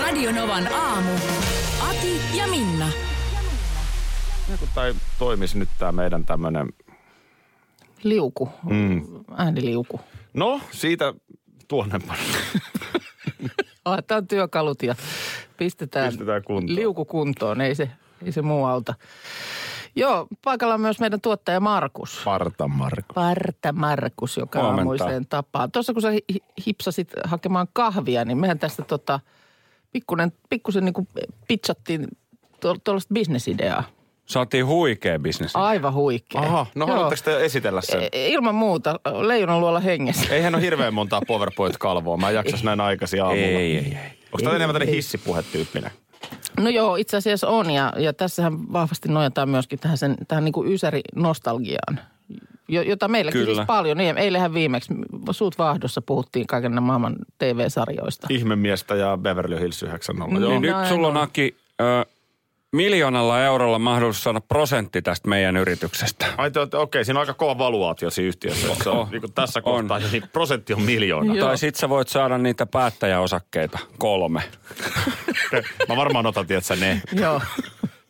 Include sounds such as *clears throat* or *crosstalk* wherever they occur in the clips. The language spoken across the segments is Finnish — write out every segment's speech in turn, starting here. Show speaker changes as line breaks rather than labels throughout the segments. Radionovan aamu. Ati ja Minna.
Niin kun tai toimisi nyt tämä meidän tämmöinen,
Liuku, mm. ääniliuku.
no siitä tuonnempana.
Tämä on työkalut ja pistetään,
Pistetään kuntoon.
liuku kuntoon, ei se, ei se muu auta. Joo, paikalla on myös meidän tuottaja Markus.
Parta Marko.
Parta Markus, joka
Huomenta.
aamuiseen tapaan. Tuossa kun sä hi- hi- hipsasit hakemaan kahvia, niin mehän tästä tota, pikkunen, pikkusen niin kuin pitsattiin tuo- tuollaista bisnesideaa.
Saatiin huikea bisnes.
Aivan huikea.
Aha, no
Joo.
haluatteko te esitellä sen?
E- Ilman muuta, leijonan luola hengessä.
Eihän ole hirveän montaa PowerPoint-kalvoa. Mä en jaksas näin aikaisin aamulla.
Ei, ei, ei.
Onko tämä enemmän tämmöinen hissipuhetyyppinen?
No joo, itse asiassa on ja, ja tässähän vahvasti nojataan myöskin tähän, sen, tähän niin kuin ysäri-nostalgiaan, jo- jota meilläkin
Kyllä.
siis paljon. Niin, eilähän viimeksi Suut vaahdossa puhuttiin kaiken maailman
*laughs*
TV-sarjoista.
Ihmemiestä ja Beverly Hills 90.
Niin
Joo.
No,
nyt
näin
sulla
on.
on Aki ö, miljoonalla eurolla mahdollisuus saada prosentti tästä meidän yrityksestä.
Ai te olette, okei, siinä on aika kova valuaatio siinä yhtiössä. jos Se on,
On.
niin kuin tässä kohtaa, niin prosentti on miljoona.
Joo.
Tai sit sä voit saada niitä päättäjäosakkeita. Kolme.
Mä varmaan otan, tiedätkö, ne.
Joo.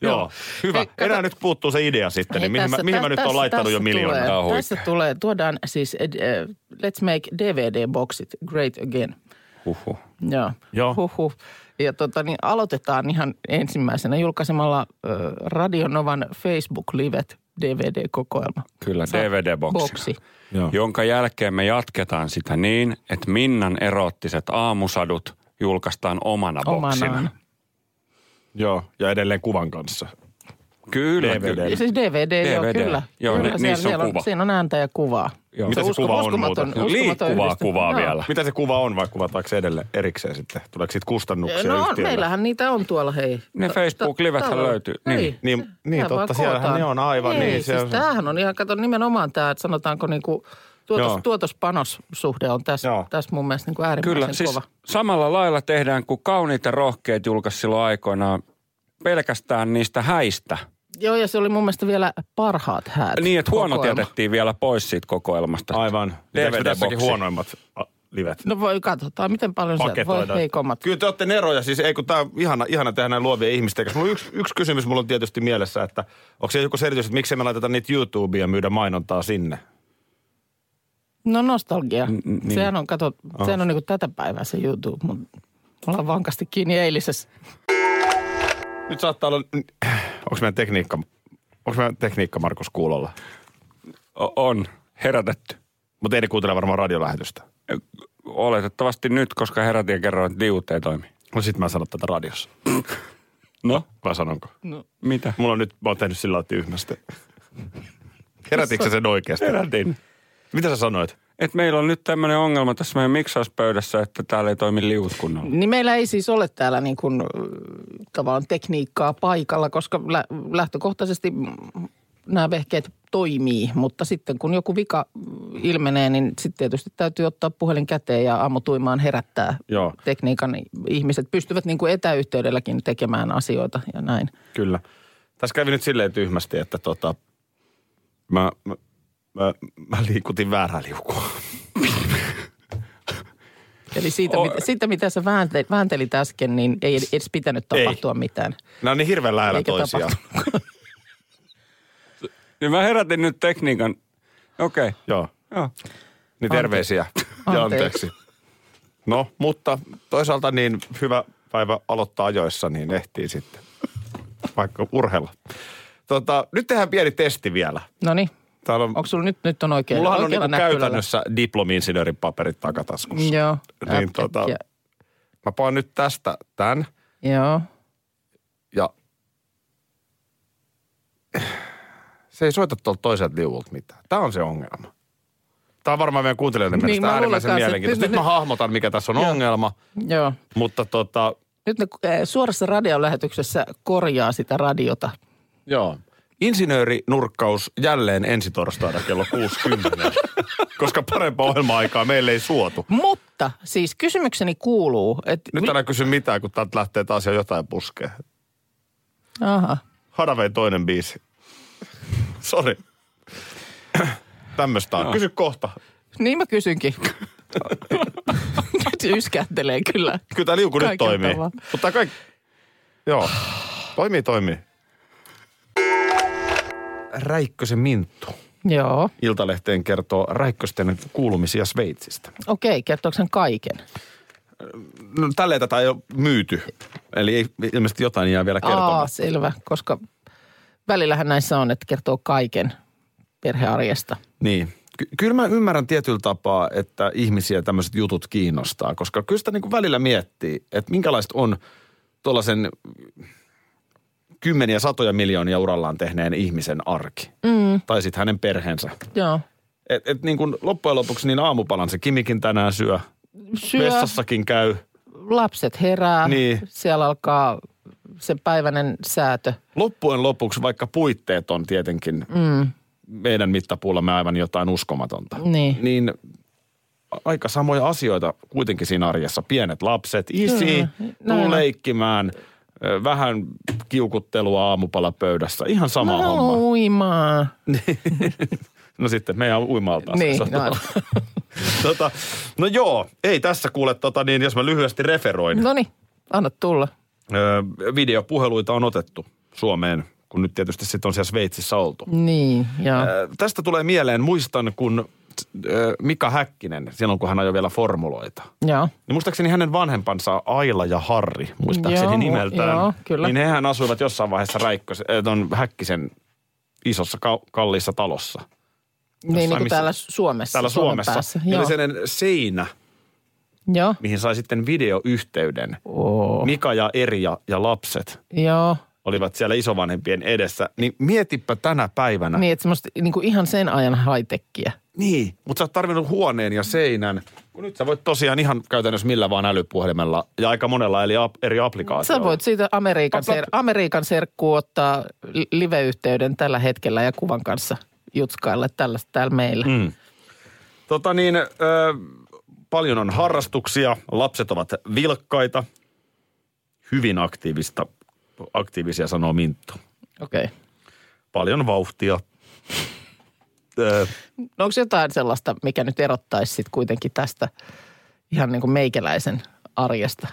Joo, hyvä.
Hei, kato-
Enää nyt puuttuu se idea sitten,
Hei,
niin mihin, mä, mihin mä nyt
tässä-
oon laittanut
tässä
jo miljoona.
Tää on
Tulee,
huikea.
tässä tulee, tuodaan siis äh, Let's Make DVD-boksit Great Again.
Huhhuh.
Joo.
Joo.
Huhhuh. Ja tota, niin aloitetaan ihan ensimmäisenä julkaisemalla ö, Radionovan Facebook-livet DVD-kokoelma.
Kyllä,
Sa-
DVD-boksi.
boksi.
Joo.
Jonka jälkeen me jatketaan sitä niin, että Minnan erottiset aamusadut julkaistaan omana boksina.
Omanaan.
Joo, ja edelleen kuvan kanssa.
Kyllä,
DVD.
kyllä.
Ja siis DVD, DVD. joo,
DVD.
kyllä.
Joo,
kyllä,
ne-
siellä-
niissä on
siellä
kuva.
Siinä on ääntä ja kuvaa.
Joo.
Mitä se
usko-
kuva on
uskomaton-
muuta?
uskomaton
Liikkuvaa
yhdistelmä.
kuvaa
Joo.
vielä.
Mitä se kuva on vai kuvataanko se edelleen erikseen sitten? Tuleeko siitä kustannuksia
No on,
yhtiölle?
meillähän niitä on tuolla, hei.
Ne
Ta- ta-
Facebook-livethän
talo-
löytyy.
Ei,
Niin.
Niin-
se-
niin,
sehän
totta,
vaan
siellähän
kootaan.
ne on aivan,
Ei,
niin, se
siis
on-
tämähän on ihan, kato nimenomaan tämä, että sanotaanko niinku
Joo.
tuotos, tuotospanossuhde on tässä,
Joo.
tässä mun mielestä niinku äärimmäisen
Kyllä, siis
kova.
samalla lailla tehdään, kun kauniit ja rohkeat julkaisi silloin aikoinaan pelkästään niistä häistä.
Joo, ja se oli mun mielestä vielä parhaat häät.
Niin, että huonot
kokoelma.
jätettiin vielä pois siitä kokoelmasta.
Aivan. Pitääkö me tässäkin
DVD-boksi.
huonoimmat a, livet?
No voi katsotaan, miten paljon se voi
Paketoidaan.
heikommat.
Kyllä te olette neroja, siis ei kun tää on ihana, ihana tehdä näin luovia ihmistä. Mulla on yksi, yksi kysymys mulla on tietysti mielessä, että onko se joku selitys, että miksei me laiteta niitä YouTubeen ja myydä mainontaa sinne?
No nostalgia.
niin.
Sehän on, kato, sehän on niinku tätä päivää se YouTube, mutta ollaan vankasti kiinni eilisessä.
Nyt saattaa olla, onko meidän tekniikka, onko meidän tekniikka Markus kuulolla?
O- on herätetty.
Mutta ei ne kuuntele varmaan radiolähetystä.
Oletettavasti nyt, koska herätin ja kerroin, että liute ei toimi.
No sit mä sanon tätä radiossa.
No,
Vai sanonko?
mitä?
Mulla on nyt, mä oon tehnyt sillä lailla tyhmästi. Herätitkö sä sen oikeasti?
Herätin.
Mitä sä sanoit?
Et meillä on nyt tämmöinen ongelma tässä meidän miksauspöydässä, että täällä ei toimi liut kunnolla.
Niin meillä ei siis ole täällä niin kuin, äh, tavallaan tekniikkaa paikalla, koska lä- lähtökohtaisesti mm, nämä vehkeet toimii, mutta sitten kun joku vika mm, ilmenee, niin sitten tietysti täytyy ottaa puhelin käteen ja aamutuimaan herättää
Joo.
tekniikan ihmiset. Pystyvät niin kuin etäyhteydelläkin tekemään asioita ja näin.
Kyllä. Tässä kävi nyt silleen tyhmästi, että tota, mä, mä, mä, mä liikutin väärää liukua.
Eli siitä,
O-
mitä, siitä mitä sä vääntelit, vääntelit äsken, niin ei edes pitänyt
Ei.
tapahtua ei. mitään.
Nämä on niin hirveän lähellä
Eikä
toisiaan.
Niin mä herätin nyt tekniikan. Okei, okay.
Joo.
joo.
Niin terveisiä. Ja
Anteeksi.
anteeksi. No, mutta toisaalta niin hyvä päivä aloittaa ajoissa, niin ehtii sitten vaikka urheilla. Tota, nyt tehdään pieni testi vielä.
No niin,
Täällä on,
onko sulla nyt, nyt on oikein?
mullahan on
oikealla
niinku
näpylällä?
käytännössä diplomi-insinöörin paperit takataskussa.
Joo.
Niin
Äp-
tota,
ja-
mä paan nyt tästä tämän
Joo.
ja se ei soita tuolta toiselta liuulta mitään. Tämä on se ongelma. Tämä on varmaan meidän kuuntelijoiden
Niin,
mielestä
mä luulen
äärimmäisen
kanssa, että
mielenkiintoista.
nyt
Nyt mä
ne-
hahmotan, mikä tässä on ongelma,
Joo.
mutta tota,
Nyt ne eh, suorassa radiolähetyksessä korjaa sitä radiota.
Joo. Insinöörinurkkaus jälleen ensi torstaina kello
*laughs*
60, koska parempaa ohjelma-aikaa meille ei suotu.
Mutta siis kysymykseni kuuluu, että...
Nyt älä kysy mitään, kun täältä lähtee taas jo jotain puskea.
Aha.
Haravei toinen biisi. Sori. Tämmöstä on. Kysy kohta.
Niin mä kysynkin.
*laughs*
Nyt yskähtelee kyllä.
Kyllä tämä liuku nyt
Kaikella
toimii.
tavalla.
Mutta kaikki... Joo. Toimii, toimii. Räikkösen Minttu.
Joo.
Iltalehteen kertoo Räikkösten kuulumisia Sveitsistä.
Okei, kertooko sen kaiken?
no, tälleen tätä ei ole myyty. Eli ei, ilmeisesti jotain jää vielä
Aa,
kertomaan.
selvä, koska välillähän näissä on, että kertoo kaiken perhearjesta.
Niin. Ky- kyllä mä ymmärrän tietyllä tapaa, että ihmisiä tämmöiset jutut kiinnostaa, koska kyllä sitä niin kuin välillä miettii, että minkälaista on tuollaisen kymmeniä satoja miljoonia urallaan tehneen ihmisen arki. Mm. Tai sitten hänen perheensä.
Joo.
Et, et niin kuin loppujen lopuksi niin aamupalan se Kimikin tänään syö, syö.
Syö,
vessassakin käy.
lapset herää,
Niin.
siellä alkaa se päiväinen säätö.
Loppujen lopuksi, vaikka puitteet on tietenkin mm. meidän mittapuullamme aivan jotain uskomatonta,
Niin.
niin a- aika samoja asioita kuitenkin siinä arjessa. Pienet lapset, isi,
Kyllä, näin
tuu
on.
leikkimään, ö, vähän kiukuttelua aamupala pöydässä, ihan sama
Mä
homma.
uimaa.
No sitten, meidän uimalta.
Niin, no.
*laughs* tota, no joo, ei tässä kuule, tota, niin, jos mä lyhyesti referoin.
*laughs* No niin, anna tulla.
Öö, videopuheluita on otettu Suomeen, kun nyt tietysti sitten on siellä Sveitsissä oltu.
Niin, joo.
Äh, tästä tulee mieleen, muistan kun äh, Mika Häkkinen, silloin kun hän ajoi vielä formuloita.
joo.
Niin muistaakseni hänen vanhempansa Aila ja Harri, muistaakseni
Joo, mu-
nimeltään.
joo, kyllä.
Niin hehän asuivat jossain vaiheessa Räikkös, äh, ton Häkkisen isossa ka- kalliissa talossa.
Niin, niin kuin
missä-
täällä Suomessa.
Täällä
Suomen
Suomessa.
päässä,
Joo.
Joo.
Eli sellainen seinä,
joo.
mihin sai sitten videoyhteyden.
Oh. Oo.
Mika ja Erja ja lapset
Joo.
olivat siellä isovanhempien edessä. Niin mietipä tänä päivänä.
Niin, että semmoista niin kuin ihan sen ajan high-techia.
Niin, mutta sä oot tarvinnut huoneen ja seinän. Kun nyt sä voit tosiaan ihan käytännössä millä vaan älypuhelimella ja aika monella eli ap- eri applikaatioilla.
Sä voit siitä Amerikan,
Otat-
ser, Amerikan serkkuun ottaa li- live-yhteyden tällä hetkellä ja kuvan kanssa jutskailla tällaista täällä meillä. Mm.
Tota niin, ö, paljon on harrastuksia, lapset ovat vilkkaita, hyvin aktiivista, aktiivisia sanoo Minttu.
Okei. Okay.
Paljon vauhtia. Ö,
No onko jotain sellaista, mikä nyt erottaisi sit kuitenkin tästä ihan niin kuin meikäläisen arjesta?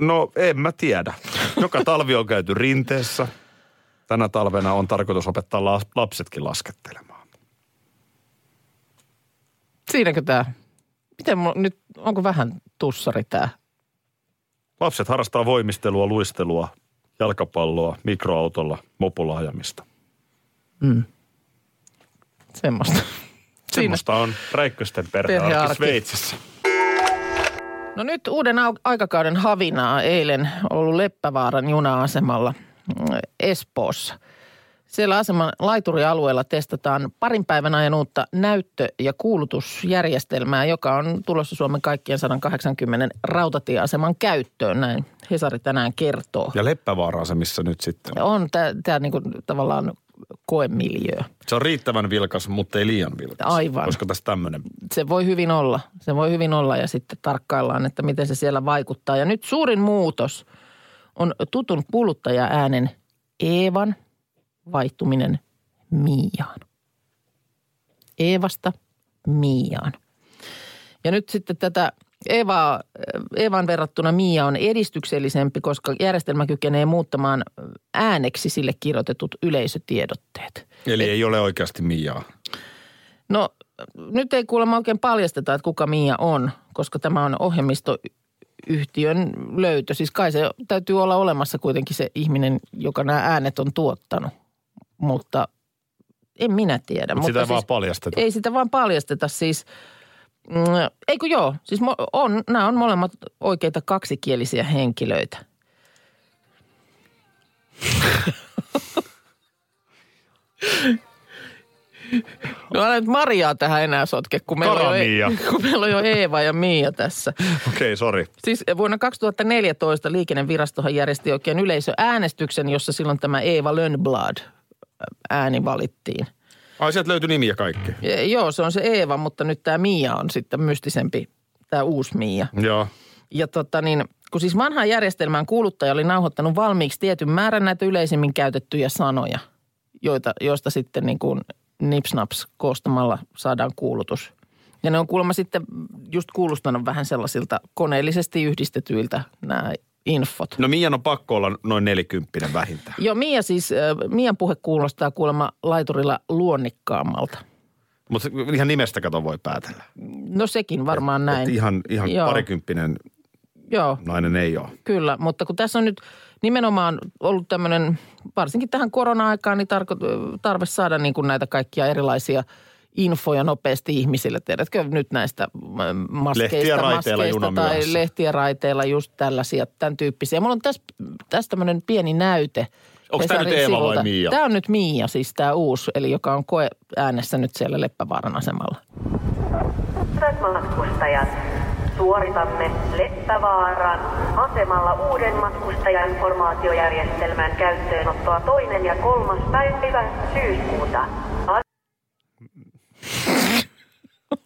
no en mä tiedä. Joka talvi on käyty rinteessä. Tänä talvena on tarkoitus opettaa la- lapsetkin laskettelemaan.
Siinäkö tämä, miten mulla, nyt, onko vähän tussari tämä?
Lapset harrastaa voimistelua, luistelua, jalkapalloa, mikroautolla, mopolla ajamista.
Semmoista. Siinä.
Semmoista on Räikkösten perhearki
Perhearki.
Sveitsissä.
No nyt uuden au- aikakauden havinaa eilen ollut Leppävaaran juna-asemalla mm, Espoossa. Siellä aseman laiturialueella testataan parin päivän ajan uutta näyttö- ja kuulutusjärjestelmää, joka on tulossa Suomen kaikkien 180 rautatieaseman käyttöön, näin Hesari tänään kertoo.
Ja Leppävaara on se, missä nyt sitten.
Ja on tämä niinku tavallaan koemiljöö.
Se on riittävän vilkas, mutta ei liian vilkas.
Aivan.
Koska tässä tämmöinen.
se voi hyvin olla. Se voi hyvin olla ja sitten tarkkaillaan, että miten se siellä vaikuttaa. Ja nyt suurin muutos on tutun kuluttaja-äänen Eevan vaihtuminen Miaan. Eevasta Miaan. Ja nyt sitten tätä Eva, Evan verrattuna Mia on edistyksellisempi, koska järjestelmä kykenee muuttamaan ääneksi sille kirjoitetut yleisötiedotteet –
Eli ei ole oikeasti Miaa.
No nyt ei kuulemma oikein paljasteta, että kuka Mia on, koska tämä on ohjelmistoyhtiön löytö. Siis kai se täytyy olla olemassa kuitenkin se ihminen, joka nämä äänet on tuottanut. Mutta en minä tiedä.
Mutta sitä ei
siis,
vaan paljasteta.
ei sitä vaan paljasteta siis. Mm, eikö joo, siis mo- on, nämä on molemmat oikeita kaksikielisiä henkilöitä. No älä nyt Mariaa tähän enää sotke, kun meillä, on jo, E-
Karamia.
*laughs* kun meillä on jo Eeva ja Miia tässä.
Okei, sori.
Siis vuonna 2014 liikennevirastohan järjesti oikein yleisöäänestyksen, jossa silloin tämä Eeva Lönnblad ääni valittiin.
Ai sieltä löytyi nimi ja kaikki.
Ja, Eh, joo, se on se Eeva, mutta nyt tämä Miia on sitten mystisempi, tämä uusi Miia.
Joo.
Ja tota niin, kun siis vanhaan järjestelmään kuuluttaja oli nauhoittanut valmiiksi tietyn määrän näitä yleisimmin käytettyjä sanoja, joita, joista sitten niin kuin nipsnaps koostamalla saadaan kuulutus. Ja ne on kuulemma sitten just kuulostanut vähän sellaisilta koneellisesti yhdistetyiltä nämä infot.
No Mian on pakko olla noin nelikymppinen vähintään.
Joo, Mia siis, äh, Mian puhe kuulostaa kuulemma laiturilla luonnikkaammalta.
Mutta ihan nimestä kato voi päätellä.
No sekin varmaan näin.
Et ihan ihan
Joo.
parikymppinen
Joo.
nainen ei ole.
Kyllä, mutta kun tässä on nyt nimenomaan ollut tämmöinen, varsinkin tähän korona-aikaan, niin tarko, tarve saada niin kuin näitä kaikkia erilaisia infoja nopeasti ihmisille. Tiedätkö nyt näistä mm, maskeista,
Lehtiä raiteilla
maskeista
junan
tai
myöhässä.
lehtiä raiteilla just tällaisia, tämän tyyppisiä. Mulla on tässä, tässä tämmöinen pieni näyte.
Onks tää
Hesarin
nyt Eeva vai
sivulta.
Miia?
Tämä on nyt Miia, siis tämä uusi, eli joka on koe äänessä nyt siellä Leppävaaran asemalla. *laughs*
Hyvät matkustajat, suoritamme Leppävaaran asemalla uuden matkustajainformaatiojärjestelmän käyttöönottoa toinen ja kolmas päivä syyskuuta.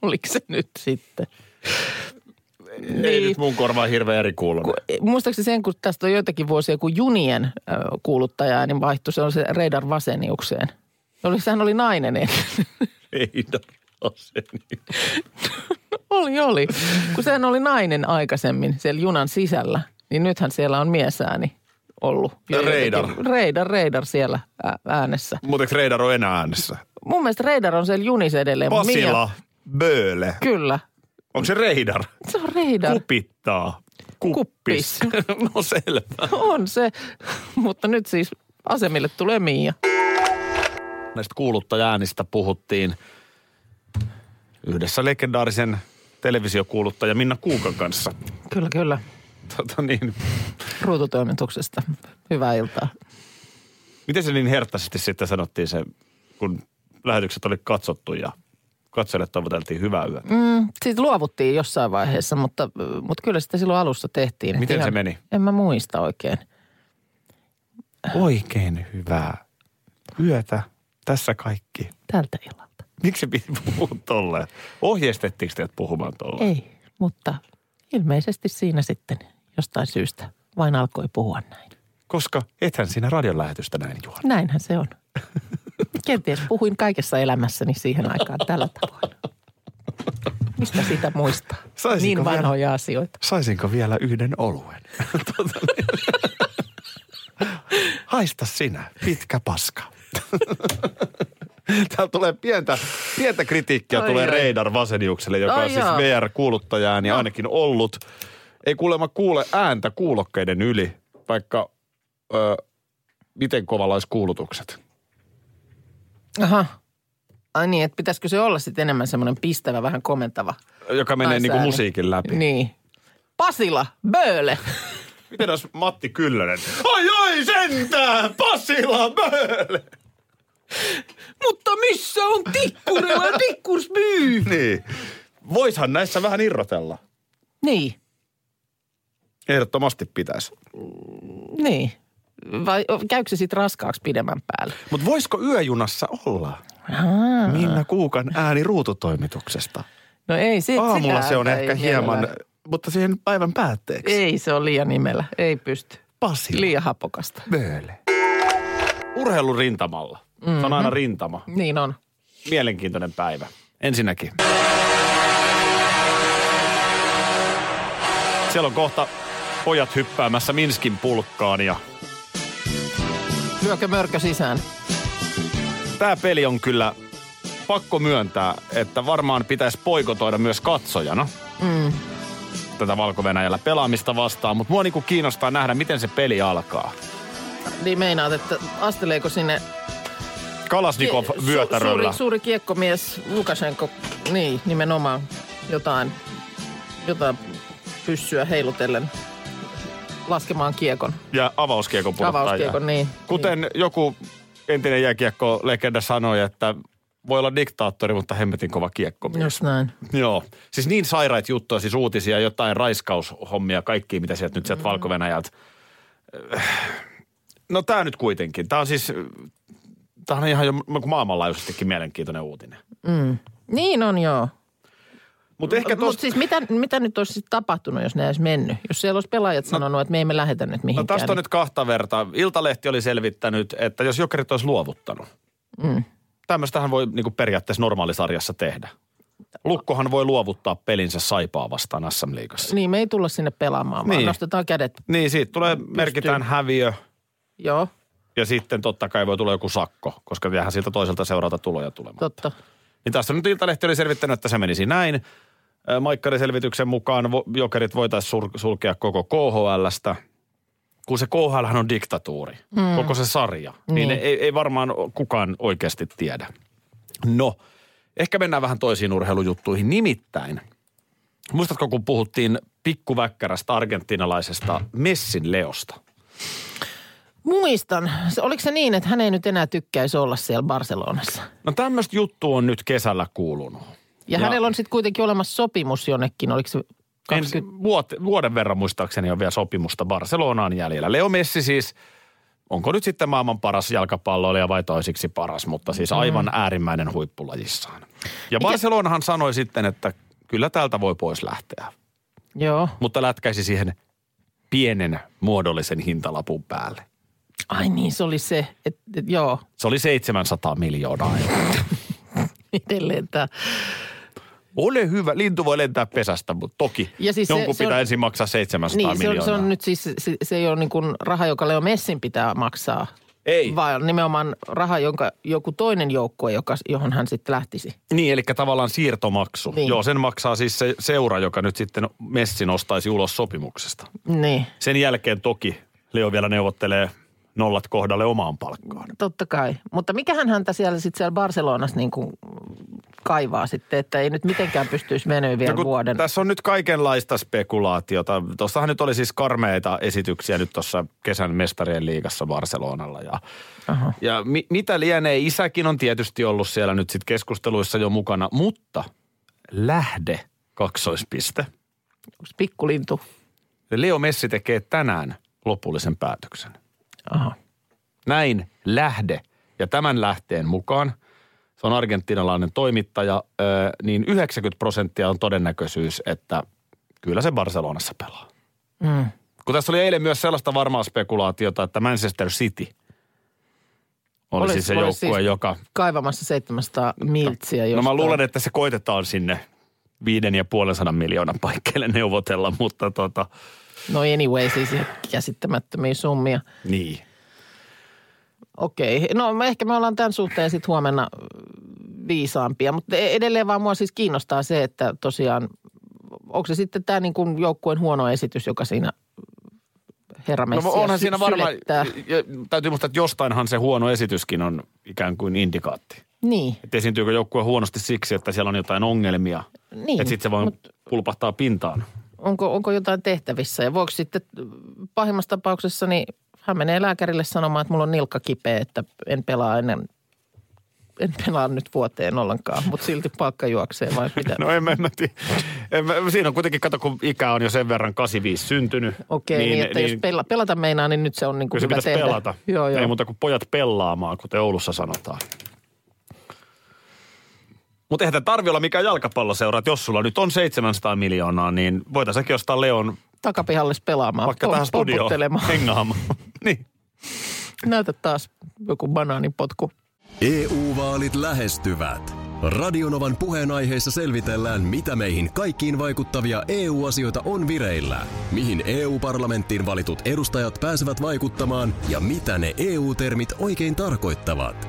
Oliko se nyt sitten? Niin.
Ei nyt mun korvaa hirveän eri kuulunut.
Muistaakseni sen, kun tästä on joitakin vuosia, kun junien ö, kuuluttaja niin vaihtui, se on se Reidar Vaseniukseen. Oli, sehän oli nainen ennen.
Ei daraseni.
*laughs* oli, oli. Kun sehän oli nainen aikaisemmin siellä junan sisällä, niin nythän siellä on miesääni ollut. Jo
Reidar.
jotenkin- Reidar, Reidar siellä ä- äänessä.
Muuten Reidar on enää äänessä.
Mun mielestä Reidar on siellä junis edelleen. mutta Mia,
Pasila, Bööle.
kyllä.
Onko se Reidar?
Se on Reidar.
Kupittaa.
Kuppis.
Kuppis. *laughs* no selvä.
On se. Mutta nyt siis asemille tulee Miia.
Näistä kuuluttaja-äänistä puhuttiin yhdessä legendaarisen televisiokuuluttaja Minna Kuukan kanssa.
Kyllä, kyllä.
Tota niin,
Ruututoimituksesta. Hyvää iltaa.
miten se niin herttaisesti sitten sanottiin se, kun lähetykset oli katsottu ja katsojille toivoteltiin hyvää yötä. Mm.
Siitä luovuttiin jossain vaiheessa, mutta, mutta kyllä sitä silloin alussa tehtiin. Että
Miten se meni?
En mä muista oikein.
Oikein hyvää yötä. Tässä kaikki.
Tältä illalta.
Miksi piti puhua tolleen? Ohjeistettiinko teidät puhumaan tolleen?
Ei, mutta ilmeisesti siinä sitten jostain syystä vain alkoi puhua näin.
Koska ethän sinä radion lähetystä näin juon.
Näinhän
*laughs*
se on. Kenties puhuin kaikessa elämässäni siihen aikaan tällä tavoin. Mistä sitä muistaa?
Saisinko
niin
vielä-
vanhoja asioita.
Saisinko vielä yhden oluen? *laughs* Tota niin. Haista sinä, pitkä *laughs* paska. Täällä tulee pientä, pientä kritiikkiä
Ai
tulee
ai.
Reidar Vaseniukselle, joka
Ai No.
on siis
joo.
VR-kuuluttajaan ja ainakin ollut. Ei kuulemma kuule ääntä kuulokkeiden yli, vaikka ö, miten kovalla olisi kuulutukset.
Aha. Ai niin, että pitäisikö se olla sitten enemmän semmoinen pistävä, vähän komentava
Joka menee niin kuin
naisääni.
musiikin läpi.
Niin. Pasila, Bööle.
Miten jos Matti Kyllönen? Ai ai sentään! Pasila Mööle!
Mutta missä on tikkurilla ja tikkurs myy?
Niin. Voishan näissä vähän irrotella.
*laughs* Niin,
Ehdottomasti pitäisi.
niin. Vai o, käykö se sitten raskaaksi pidemmän päälle?
Mutta voisiko yöjunassa olla?
Aa.
Minna Kuukan ääni ruututoimituksesta.
No ei sit
Aamulla
sitä
se on
ääntä
ehkä
ei
hieman,
mielellään.
mutta siihen päivän päätteeksi.
Ei, se on liian nimellä. Ei pysty.
Pasila
Liian hapokasta.
Mööle. Urheilun rintamalla. Mm-hmm. Se on aina rintama.
Niin on.
Mielenkiintoinen päivä. Ensinnäkin. Siellä on kohta pojat hyppäämässä Minskin pulkkaan ja
Lyökö mörkö sisään?
tämä peli on kyllä pakko myöntää, että varmaan pitäisi poikotoida myös katsojana. Mm. Tätä valko pelaamista vastaan, mutta mua niinku kiinnostaa nähdä, miten se peli alkaa.
Niin meinaat, että asteleeko sinne e,
Kalasnikov
Su-
Niin vyötäröllä.
Suuri, suuri kiekkomies Lukashenko, niin nimenomaan jotain, jotain pyssyä heilutellen laskemaan kiekon.
ja avauskiekon pudottaja.
niin. Avauskiekon, niin.
Kuten joku entinen jääkiekko-legenda sanoi, että voi olla diktaattori, mutta hemmetin kova kiekkomies.
Just näin.
Joo. Siis niin sairaat juttuja, siis uutisia, jotain raiskaushommia, kaikki mitä sieltä nyt
Mm-hmm.
sieltä mm. valko No tämä nyt kuitenkin. Tämä on siis, tämä on ihan jo maailmanlaajuisestikin mielenkiintoinen uutinen.
Niin on joo.
Mutta ehkä
Mutta
tosta,
siis mitä, mitä nyt olisi sit tapahtunut, jos ne olisi mennyt? Jos siellä olisi pelaajat no, sanonut, että me emme lähetä nyt
no
mihinkään. niin-
tästä on nyt kahta vertaa. Iltalehti oli selvittänyt, että jos jokerit olisi luovuttanut. Mm. Tämmöistähän voi niinku periaatteessa normaalisarjassa tehdä. Lukkohan voi luovuttaa pelinsä saipaa vastaan SM-liigassa.
Niin, me ei tulla sinne pelaamaan, vaan
Niin.
niin. nostetaan kädet.
Niin, siitä tulee, merkitään häviö
Joo,
ja sitten totta kai voi tulla joku sakko, koska jäähän siltä toiselta seuralta tuloja tulemaan.
totta.
Niin tästä nyt Iltalehti oli selvittänyt, että se menisi näin. Ö, Maikkarin selvityksen mukaan vo- jokerit voitaisiin sur- sulkea koko KHLstä, kun se KHL on diktatuuri, mm. koko se sarja. Niin, niin ei, ei varmaan o- kukaan oikeasti tiedä. No, ehkä mennään vähän toisiin urheilujuttuihin. Nimittäin, muistatko kun puhuttiin pikkuväkkärästä argentinalaisesta Messin Leosta?
Muistan. Se- Oliko se niin, että hän ei nyt enää tykkäisi olla siellä Barcelonassa?
No tämmöistä juttua on nyt kesällä kuulunut.
Ja, ja hänellä on sitten kuitenkin olemassa sopimus jonnekin, oliko se 20...
Ensi, vuot, vuoden verran muistaakseni on vielä sopimusta Barcelonaan jäljellä. Leo Messi siis, onko nyt sitten maailman paras jalkapalloilija vai toisiksi paras, mutta siis aivan mm. äärimmäinen huippulajissaan. Ja Barcelonahan sanoi sitten, että kyllä täältä voi pois lähteä,
Joo.
mutta lätkäisi siihen pienen muodollisen hintalapun päälle.
Ai niin, se oli se, että et, joo, *laughs*
Se oli 700 miljoonaa euroa.
edelleen tämä.
Ole hyvä, lintu voi lentää pesästä, mutta toki
Ja siis se-
jonkun
se on-
pitää ensin maksaa 700
Niin, se on,
miljoonaa.
se on nyt siis, se, se ei ole niin kuin raha, joka Leo Messin pitää maksaa,
Ei.
vaan nimenomaan raha, jonka joku toinen joukkue, joka, johon hän sitten lähtisi.
Niin, eli tavallaan siirtomaksu. Niin.
Niin.
Joo, sen maksaa siis se seura, joka nyt sitten Messi nostaisi ulos sopimuksesta.
Niin,
Sen jälkeen toki Leo vielä neuvottelee nollat kohdalle omaan palkkaan.
totta kai. Mutta mikähän häntä siellä sitten siellä Barcelonassa niin kuin kaivaa sitten, että ei nyt mitenkään pystyisi menemään vielä
kun
vuoden.
Tässä on nyt kaikenlaista spekulaatiota. Tuossahan nyt oli siis karmeita esityksiä nyt tuossa kesän mestarien liigassa Barcelonalla. Ja, ja mi- mitä lienee, isäkin on tietysti ollut siellä nyt sitten keskusteluissa jo mukana, mutta lähde kaksoispiste.
Pikkulintu.
Leo Messi tekee tänään lopullisen päätöksen.
Aha.
Näin lähde. Ja tämän lähteen mukaan, se on argentinalainen toimittaja, ö, niin 90 prosenttia on todennäköisyys, että kyllä se Barcelonassa pelaa. Mm. Kun tässä oli eilen myös sellaista varmaa spekulaatiota, että Manchester City oli
Olisi-
siis se
olisi
joukkue,
siis-
joka...
Kaivamassa 700 miltsiä
No
jostain.
mä luulen, että se koitetaan sinne viiden ja puolensadan miljoonan paikkeille neuvotella, mutta tota...
No anyway, siis ihan käsittämättömiä summia.
Niin.
Okei, no me ehkä me ollaan tämän suhteen sitten huomenna mm, viisaampia, mutta e- edelleen vaan mua siis kiinnostaa se, että tosiaan, onko se sitten tämä niin kuin joukkueen huono esitys, joka siinä mm, herra
No
Messias
onhan
sy-
siinä varmaan,
sylettää.
ja- täytyy muistaa, että jostainhan se huono esityskin on ikään kuin indikaatti.
Niin,
Että esiintyykö joukkue huonosti siksi, että siellä on jotain ongelmia.
Niin,
Että sitten se vaan pulpahtaa pintaan.
onko, onko jotain tehtävissä ja voiko sitten mm, pahimmassa tapauksessa, niin hän menee lääkärille sanomaan, että mulla on nilkka kipeä, että en pelaa ennen, en pelaa nyt vuoteen ollenkaan, mutta silti palkka juoksee vai mitä?
*laughs* No en mä, en mä tiedä. En mä, siinä on kuitenkin, kato kun ikä on jo sen verran 85 syntynyt.
Okei, niin, niin, että niin, jos pela, pelata meinaa, niin nyt se on niin kuin
kyllä se pitäisi
hyvä tehdä.
pelata.
Joo, joo.
Ei muuta kuin pojat pelaamaan, kuten Oulussa sanotaan. Mutta eihän tämä tarvi olla mikään jalkapalloseura, että jos sulla nyt on 700 miljoonaa, niin voitaisiin ostaa Leon
Takapihalle pelaamaan,
vaikka
pom-
tähän studioon
pomputtelemaan.
hengaamaan. niin.
*laughs* Näytä taas joku banaanipotku.
EU-vaalit E lähestyvät. Radionovan puheenaiheessa selvitellään, mitä meihin kaikkiin vaikuttavia EU-asioita on vireillä, mihin EU-parlamenttiin valitut edustajat pääsevät vaikuttamaan ja mitä ne EU-termit oikein tarkoittavat.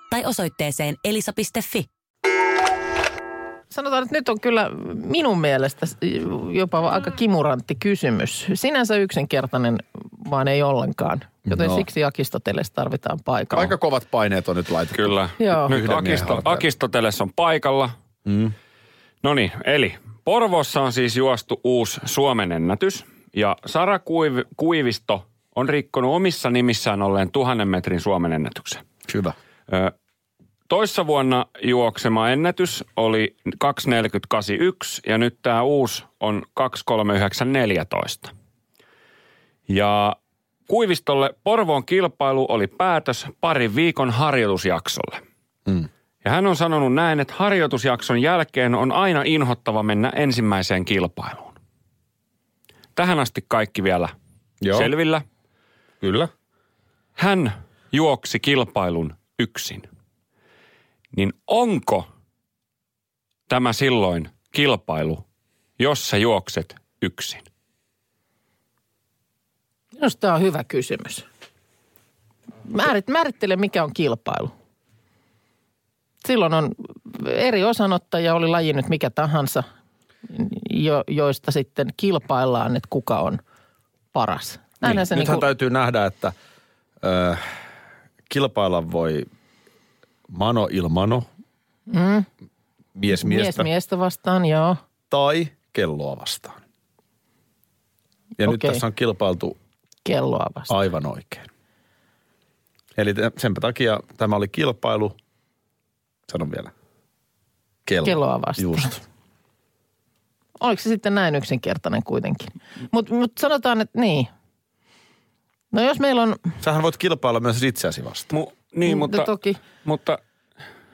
tai osoitteeseen elisa.fi.
Sanotaan, että nyt on kyllä minun mielestä jopa aika kimurantti kysymys. Sinänsä yksinkertainen, vaan ei ollenkaan. Joten
No.
no. siksi Akistoteles tarvitaan paikalla.
Aika kovat paineet on nyt laitettu.
Kyllä.
Joo.
Nyt
Yhden miehen
Akisto,
harteilla.
Akistoteles on paikalla. Mm. No niin, eli Porvoossa on siis juostu uusi Suomen ennätys. Ja Sara Kuiv- Kuivisto on rikkonut omissa nimissään olleen tuhannen metrin Suomen ennätyksen.
Hyvä.
Ö, Toissa vuonna juoksema ennätys oli 2.40.81 ja nyt tämä uusi on 2.39.14. Ja Kuivistolle Porvoon kilpailu oli päätös parin viikon harjoitusjaksolle.
Mm.
Ja hän on sanonut näin, että harjoitusjakson jälkeen on aina inhottava mennä ensimmäiseen kilpailuun. Tähän asti kaikki vielä
Joo.
selvillä.
Kyllä.
Hän juoksi kilpailun yksin. Niin onko tämä silloin kilpailu, jos sä juokset yksin?
Minusta tämä on hyvä kysymys. Määrit, määrittele, mikä on kilpailu. Silloin on eri osanottaja, oli laji nyt mikä tahansa, jo, joista sitten kilpaillaan, että kuka on paras. Näinhän
Niin.
se
Nythän
niin kuin,
täytyy nähdä, että ö, kilpailla voi mano ilmano, mm. mies
mies
miestä
miestä vastaan, joo.
tai kelloa vastaan. Ja nyt
Okei.
tässä on kilpailtu
Kelloa vastaan.
aivan oikein. Eli te- senpä takia tämä oli kilpailu, sanon vielä, kello.
Kelloa vastaan.
Just. Ah.
Oliko se sitten näin yksinkertainen kuitenkin? Mutta mut sanotaan, että niin. No jos meillä on,
Sähän voit kilpailla myös itseäsi vastaan.
Mu- niin,
Mm,
mutta,
toki.
mutta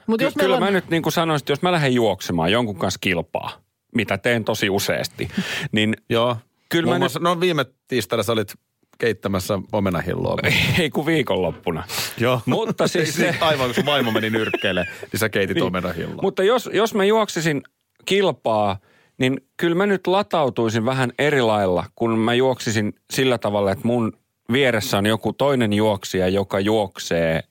mut
ky-
jos meillä
kyllä
on,
mä nyt niin kuin sanoisin, että jos mä lähden juoksemaan jonkun kanssa kilpaa, mitä teen tosi useasti, niin
Joo.
Kyllä
Muun
mä
muassa, No viime tiistaina sä olit keittämässä omenahilloa.
*laughs* ei kun viikonloppuna.
Joo.
Mutta siis se,
Aivan kun sun vaimo meni nyrkkeelle, niin sä keitit niin. omenahilloa.
Mutta jos, jos mä juoksisin kilpaa, niin kyllä mä nyt latautuisin vähän eri lailla, kun mä juoksisin sillä tavalla, että mun vieressä on joku toinen juoksija, joka juoksee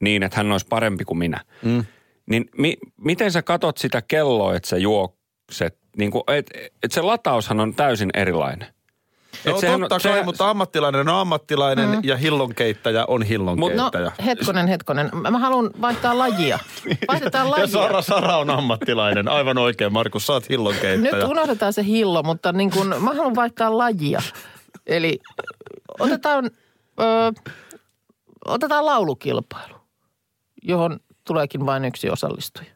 niin, että hän olisi parempi kuin minä. Mm. Niin mi, miten sä katot sitä kelloa, että sä juokset? Niin kuin, et, et se lataushan on täysin erilainen.
no,
Et sehän
totta
on-
kai,
sehän-
mutta ammattilainen on ammattilainen mm. ja hillonkeittäjä on
no
hillonkeittäjä.
hetkonen, hetkonen. Mä mä haluan
*laughs*
vaihtaa lajia. Vaihdetaan lajia.
ja Sara, Sara on ammattilainen. Aivan oikein, Markus, sä oot hillonkeittäjä.
Nyt unohdetaan se hillo, mutta niin kun, mä haluan vaihtaa lajia. Eli otetaan, ö, otetaan laulukilpailu, johon tuleekin vain yksi osallistuja.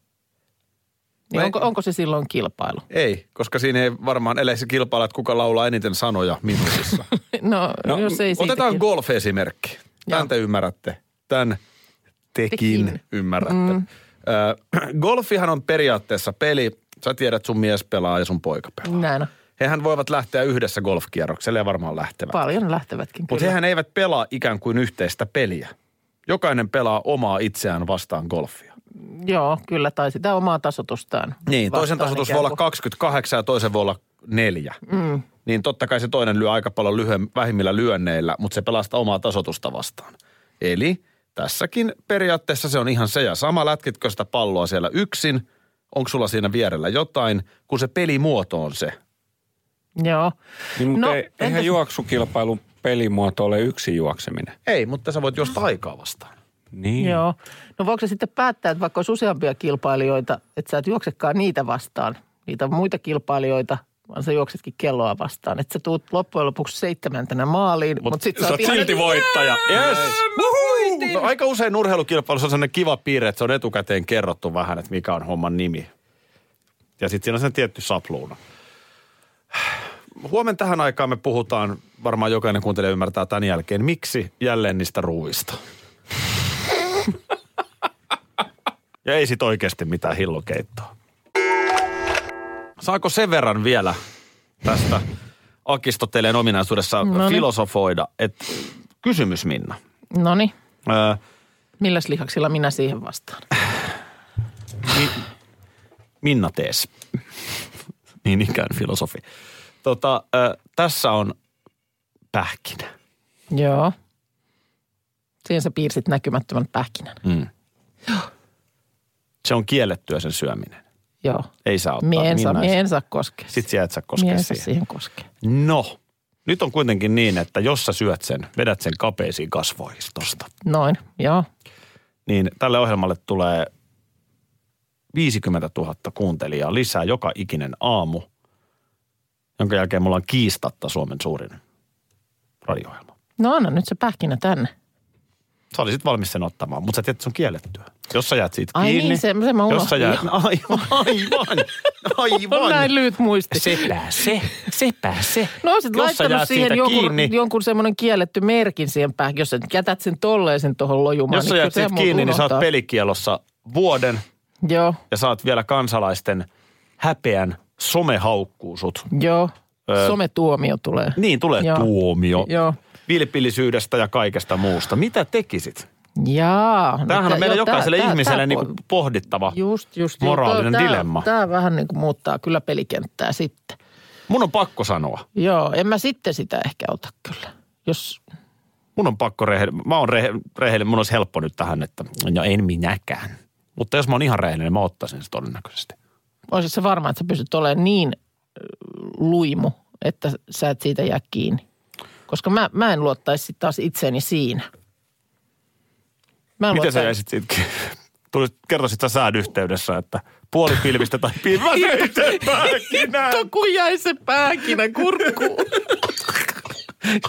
Niin
Mä-
onko, onko se silloin kilpailu?
Ei, koska siinä ei varmaan eleissä kilpailla, että kuka laulaa eniten sanoja minuutissa.
No, no jos ei
Otetaan
siitäkin.
golf-esimerkki. Tämän
Joo.
te ymmärrätte. Tämän tekin,
Tekin.
ymmärrätte. Mm. *clears throat* golfihan on periaatteessa peli. Sä tiedät, sun mies pelaa ja sun poika pelaa.
Näin on.
Hehän voivat lähteä yhdessä golfkierrokselle ja varmaan lähtevät.
Paljon lähtevätkin
Mutta
kyllä.
hehän eivät pelaa ikään kuin yhteistä peliä. Jokainen pelaa omaa itseään vastaan golfia.
Joo, kyllä, tai sitä omaa tasotustaan.
Niin, toisen
vastaan
tasoitus voi
ikään
olla
kuin.
28 ja toisen voi olla neljä. Mm. Niin totta kai se toinen lyö aika paljon lyhyen, vähimmillä lyönneillä, mutta se pelastaa omaa tasotusta vastaan. Eli tässäkin periaatteessa se on ihan se ja sama. Lätkitkö sitä palloa siellä yksin? Onko sulla siinä vierellä jotain? Kun se pelimuoto on se.
Joo.
Niin, mutta
No,
no, ei, eihän
entäs-
juoksukilpailun pelimuoto ole yksi juokseminen.
Ei, mutta sä voit juosta aikaa vastaan.
Niin.
Joo. No voiko se sitten päättää, että vaikka olisi useampia kilpailijoita, että sä et juoksekaan niitä vastaan, niitä muita kilpailijoita, vaan sä juoksetkin kelloa vastaan. Että sä tuut loppujen lopuksi seitsemäntenä maaliin, mutta mut sit sä,
Sä oot
ihan-
silti voittaja. Yes!
No, aika usein urheilukilpailussa on sellainen kiva piirre, että se on etukäteen kerrottu vähän, että mikä on homman nimi. Ja sitten siinä on se tietty sapluuna. Huomen tähän aikaan me puhutaan, varmaan jokainen kuuntelija ymmärtää tämän jälkeen, miksi jälleen niistä ruuista. *laughs* ja ei sit oikeasti mitään hillokeittoa. Saako sen verran vielä tästä
No
Akistoteleen ominaisuudessa
Noniin.
filosofoida, että kysymys Minna.
Noniin.
Öö,
Milläs lihaksilla minä siihen vastaan?
Mi- Minna Tees. niin ikään filosofi. Tota, ö, tässä on pähkinä.
Joo. Siihen sä piirsit näkymättömän pähkinän.
Mm. Se on kiellettyä sen syöminen.
Joo.
Ei saa ottaa.
Mie en saa,
Minna ei
mie
saa.
en saa koskea.
Sit sä et saa
mie
koskea
en saa
siihen.
siihen koskea.
No, nyt on kuitenkin niin, että jos sä syöt sen, vedät sen kapeisiin kasvoihin tosta,
Noin, joo.
niin tälle ohjelmalle tulee 50 000 kuuntelijaa lisää joka ikinen aamu, jonka jälkeen mulla on kiistatta Suomen suurin radio-ohjelma.
No anna nyt se pähkinä tänne.
Sä olisit valmis sen ottamaan, mutta sä tiedät, että se on kiellettyä. Jos sä jäät siitä
Ai
kiinni.
niin, se- sen mä
Jos sä
unohdin.
jäät, *laughs* aivan, aivan,
On näin
aivan.
lyhyt muisti.
Sepä se, sepä se.
No olisit
Jos sä
laittanut
jäät siitä
siihen jonkun,
kiinni,
jonkun semmoinen kielletty merkin siihen pähkinään. Jos sä nyt jätät sen tolleisen tuohon lojumaan,
jos sä
kyllä
jäät
se
siitä
mut
kiinni, niin sä oot
unohtaa.
pelikielossa vuoden
Joo,
ja saat vielä kansalaisten häpeän somehaukkuu sut.
joo.
Ö,
Sometuomio tulee.
Niin tulee
Joo.
tuomio.
Joo.
Vilpillisyydestä ja kaikesta muusta. Mitä tekisit?
Jaa. no
Tämähän
tää-
on meillä
joo,
jokaiselle
tää- tää-
ihmiselle
tää
niin
puol-
pohdittava
Just, just.
moraalinen dilemma.
Tämä vähän niin kuin muuttaa kyllä pelikenttää sitten.
Mun on pakko sanoa.
Joo, en mä sitten sitä ehkä ota kyllä. Jos,
Mun on pakko rehellinen. Mä oon rehe- rehellinen. Mun olisi helppo nyt tähän, että no en minäkään. Mutta jos mä oon ihan rehellinen, niin mä ottaisin se todennäköisesti.
olisit se varma, että sä pystyt olemaan niin ö, luimu, että sä et siitä jää kiinni. Koska mä, mä en luottaisi sit taas itseeni siinä. Mä en
Miten sä
luottaisi-
jäisit siitä? Tulisit, kertoisit sä sään yhteydessä, että puoli pilvistä tai
*laughs*
pilvä pähkinään,
Hitto, kun jäi se pääkinä kurkkuun.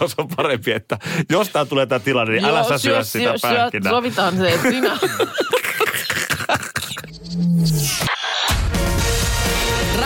jos on parempi, että jos tää tulee tää tilanne, niin älä
Joo,
sä syö sitä
syö-
pähkinää.
Sovitaan se, että sinä...
*laughs*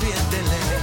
vientelee.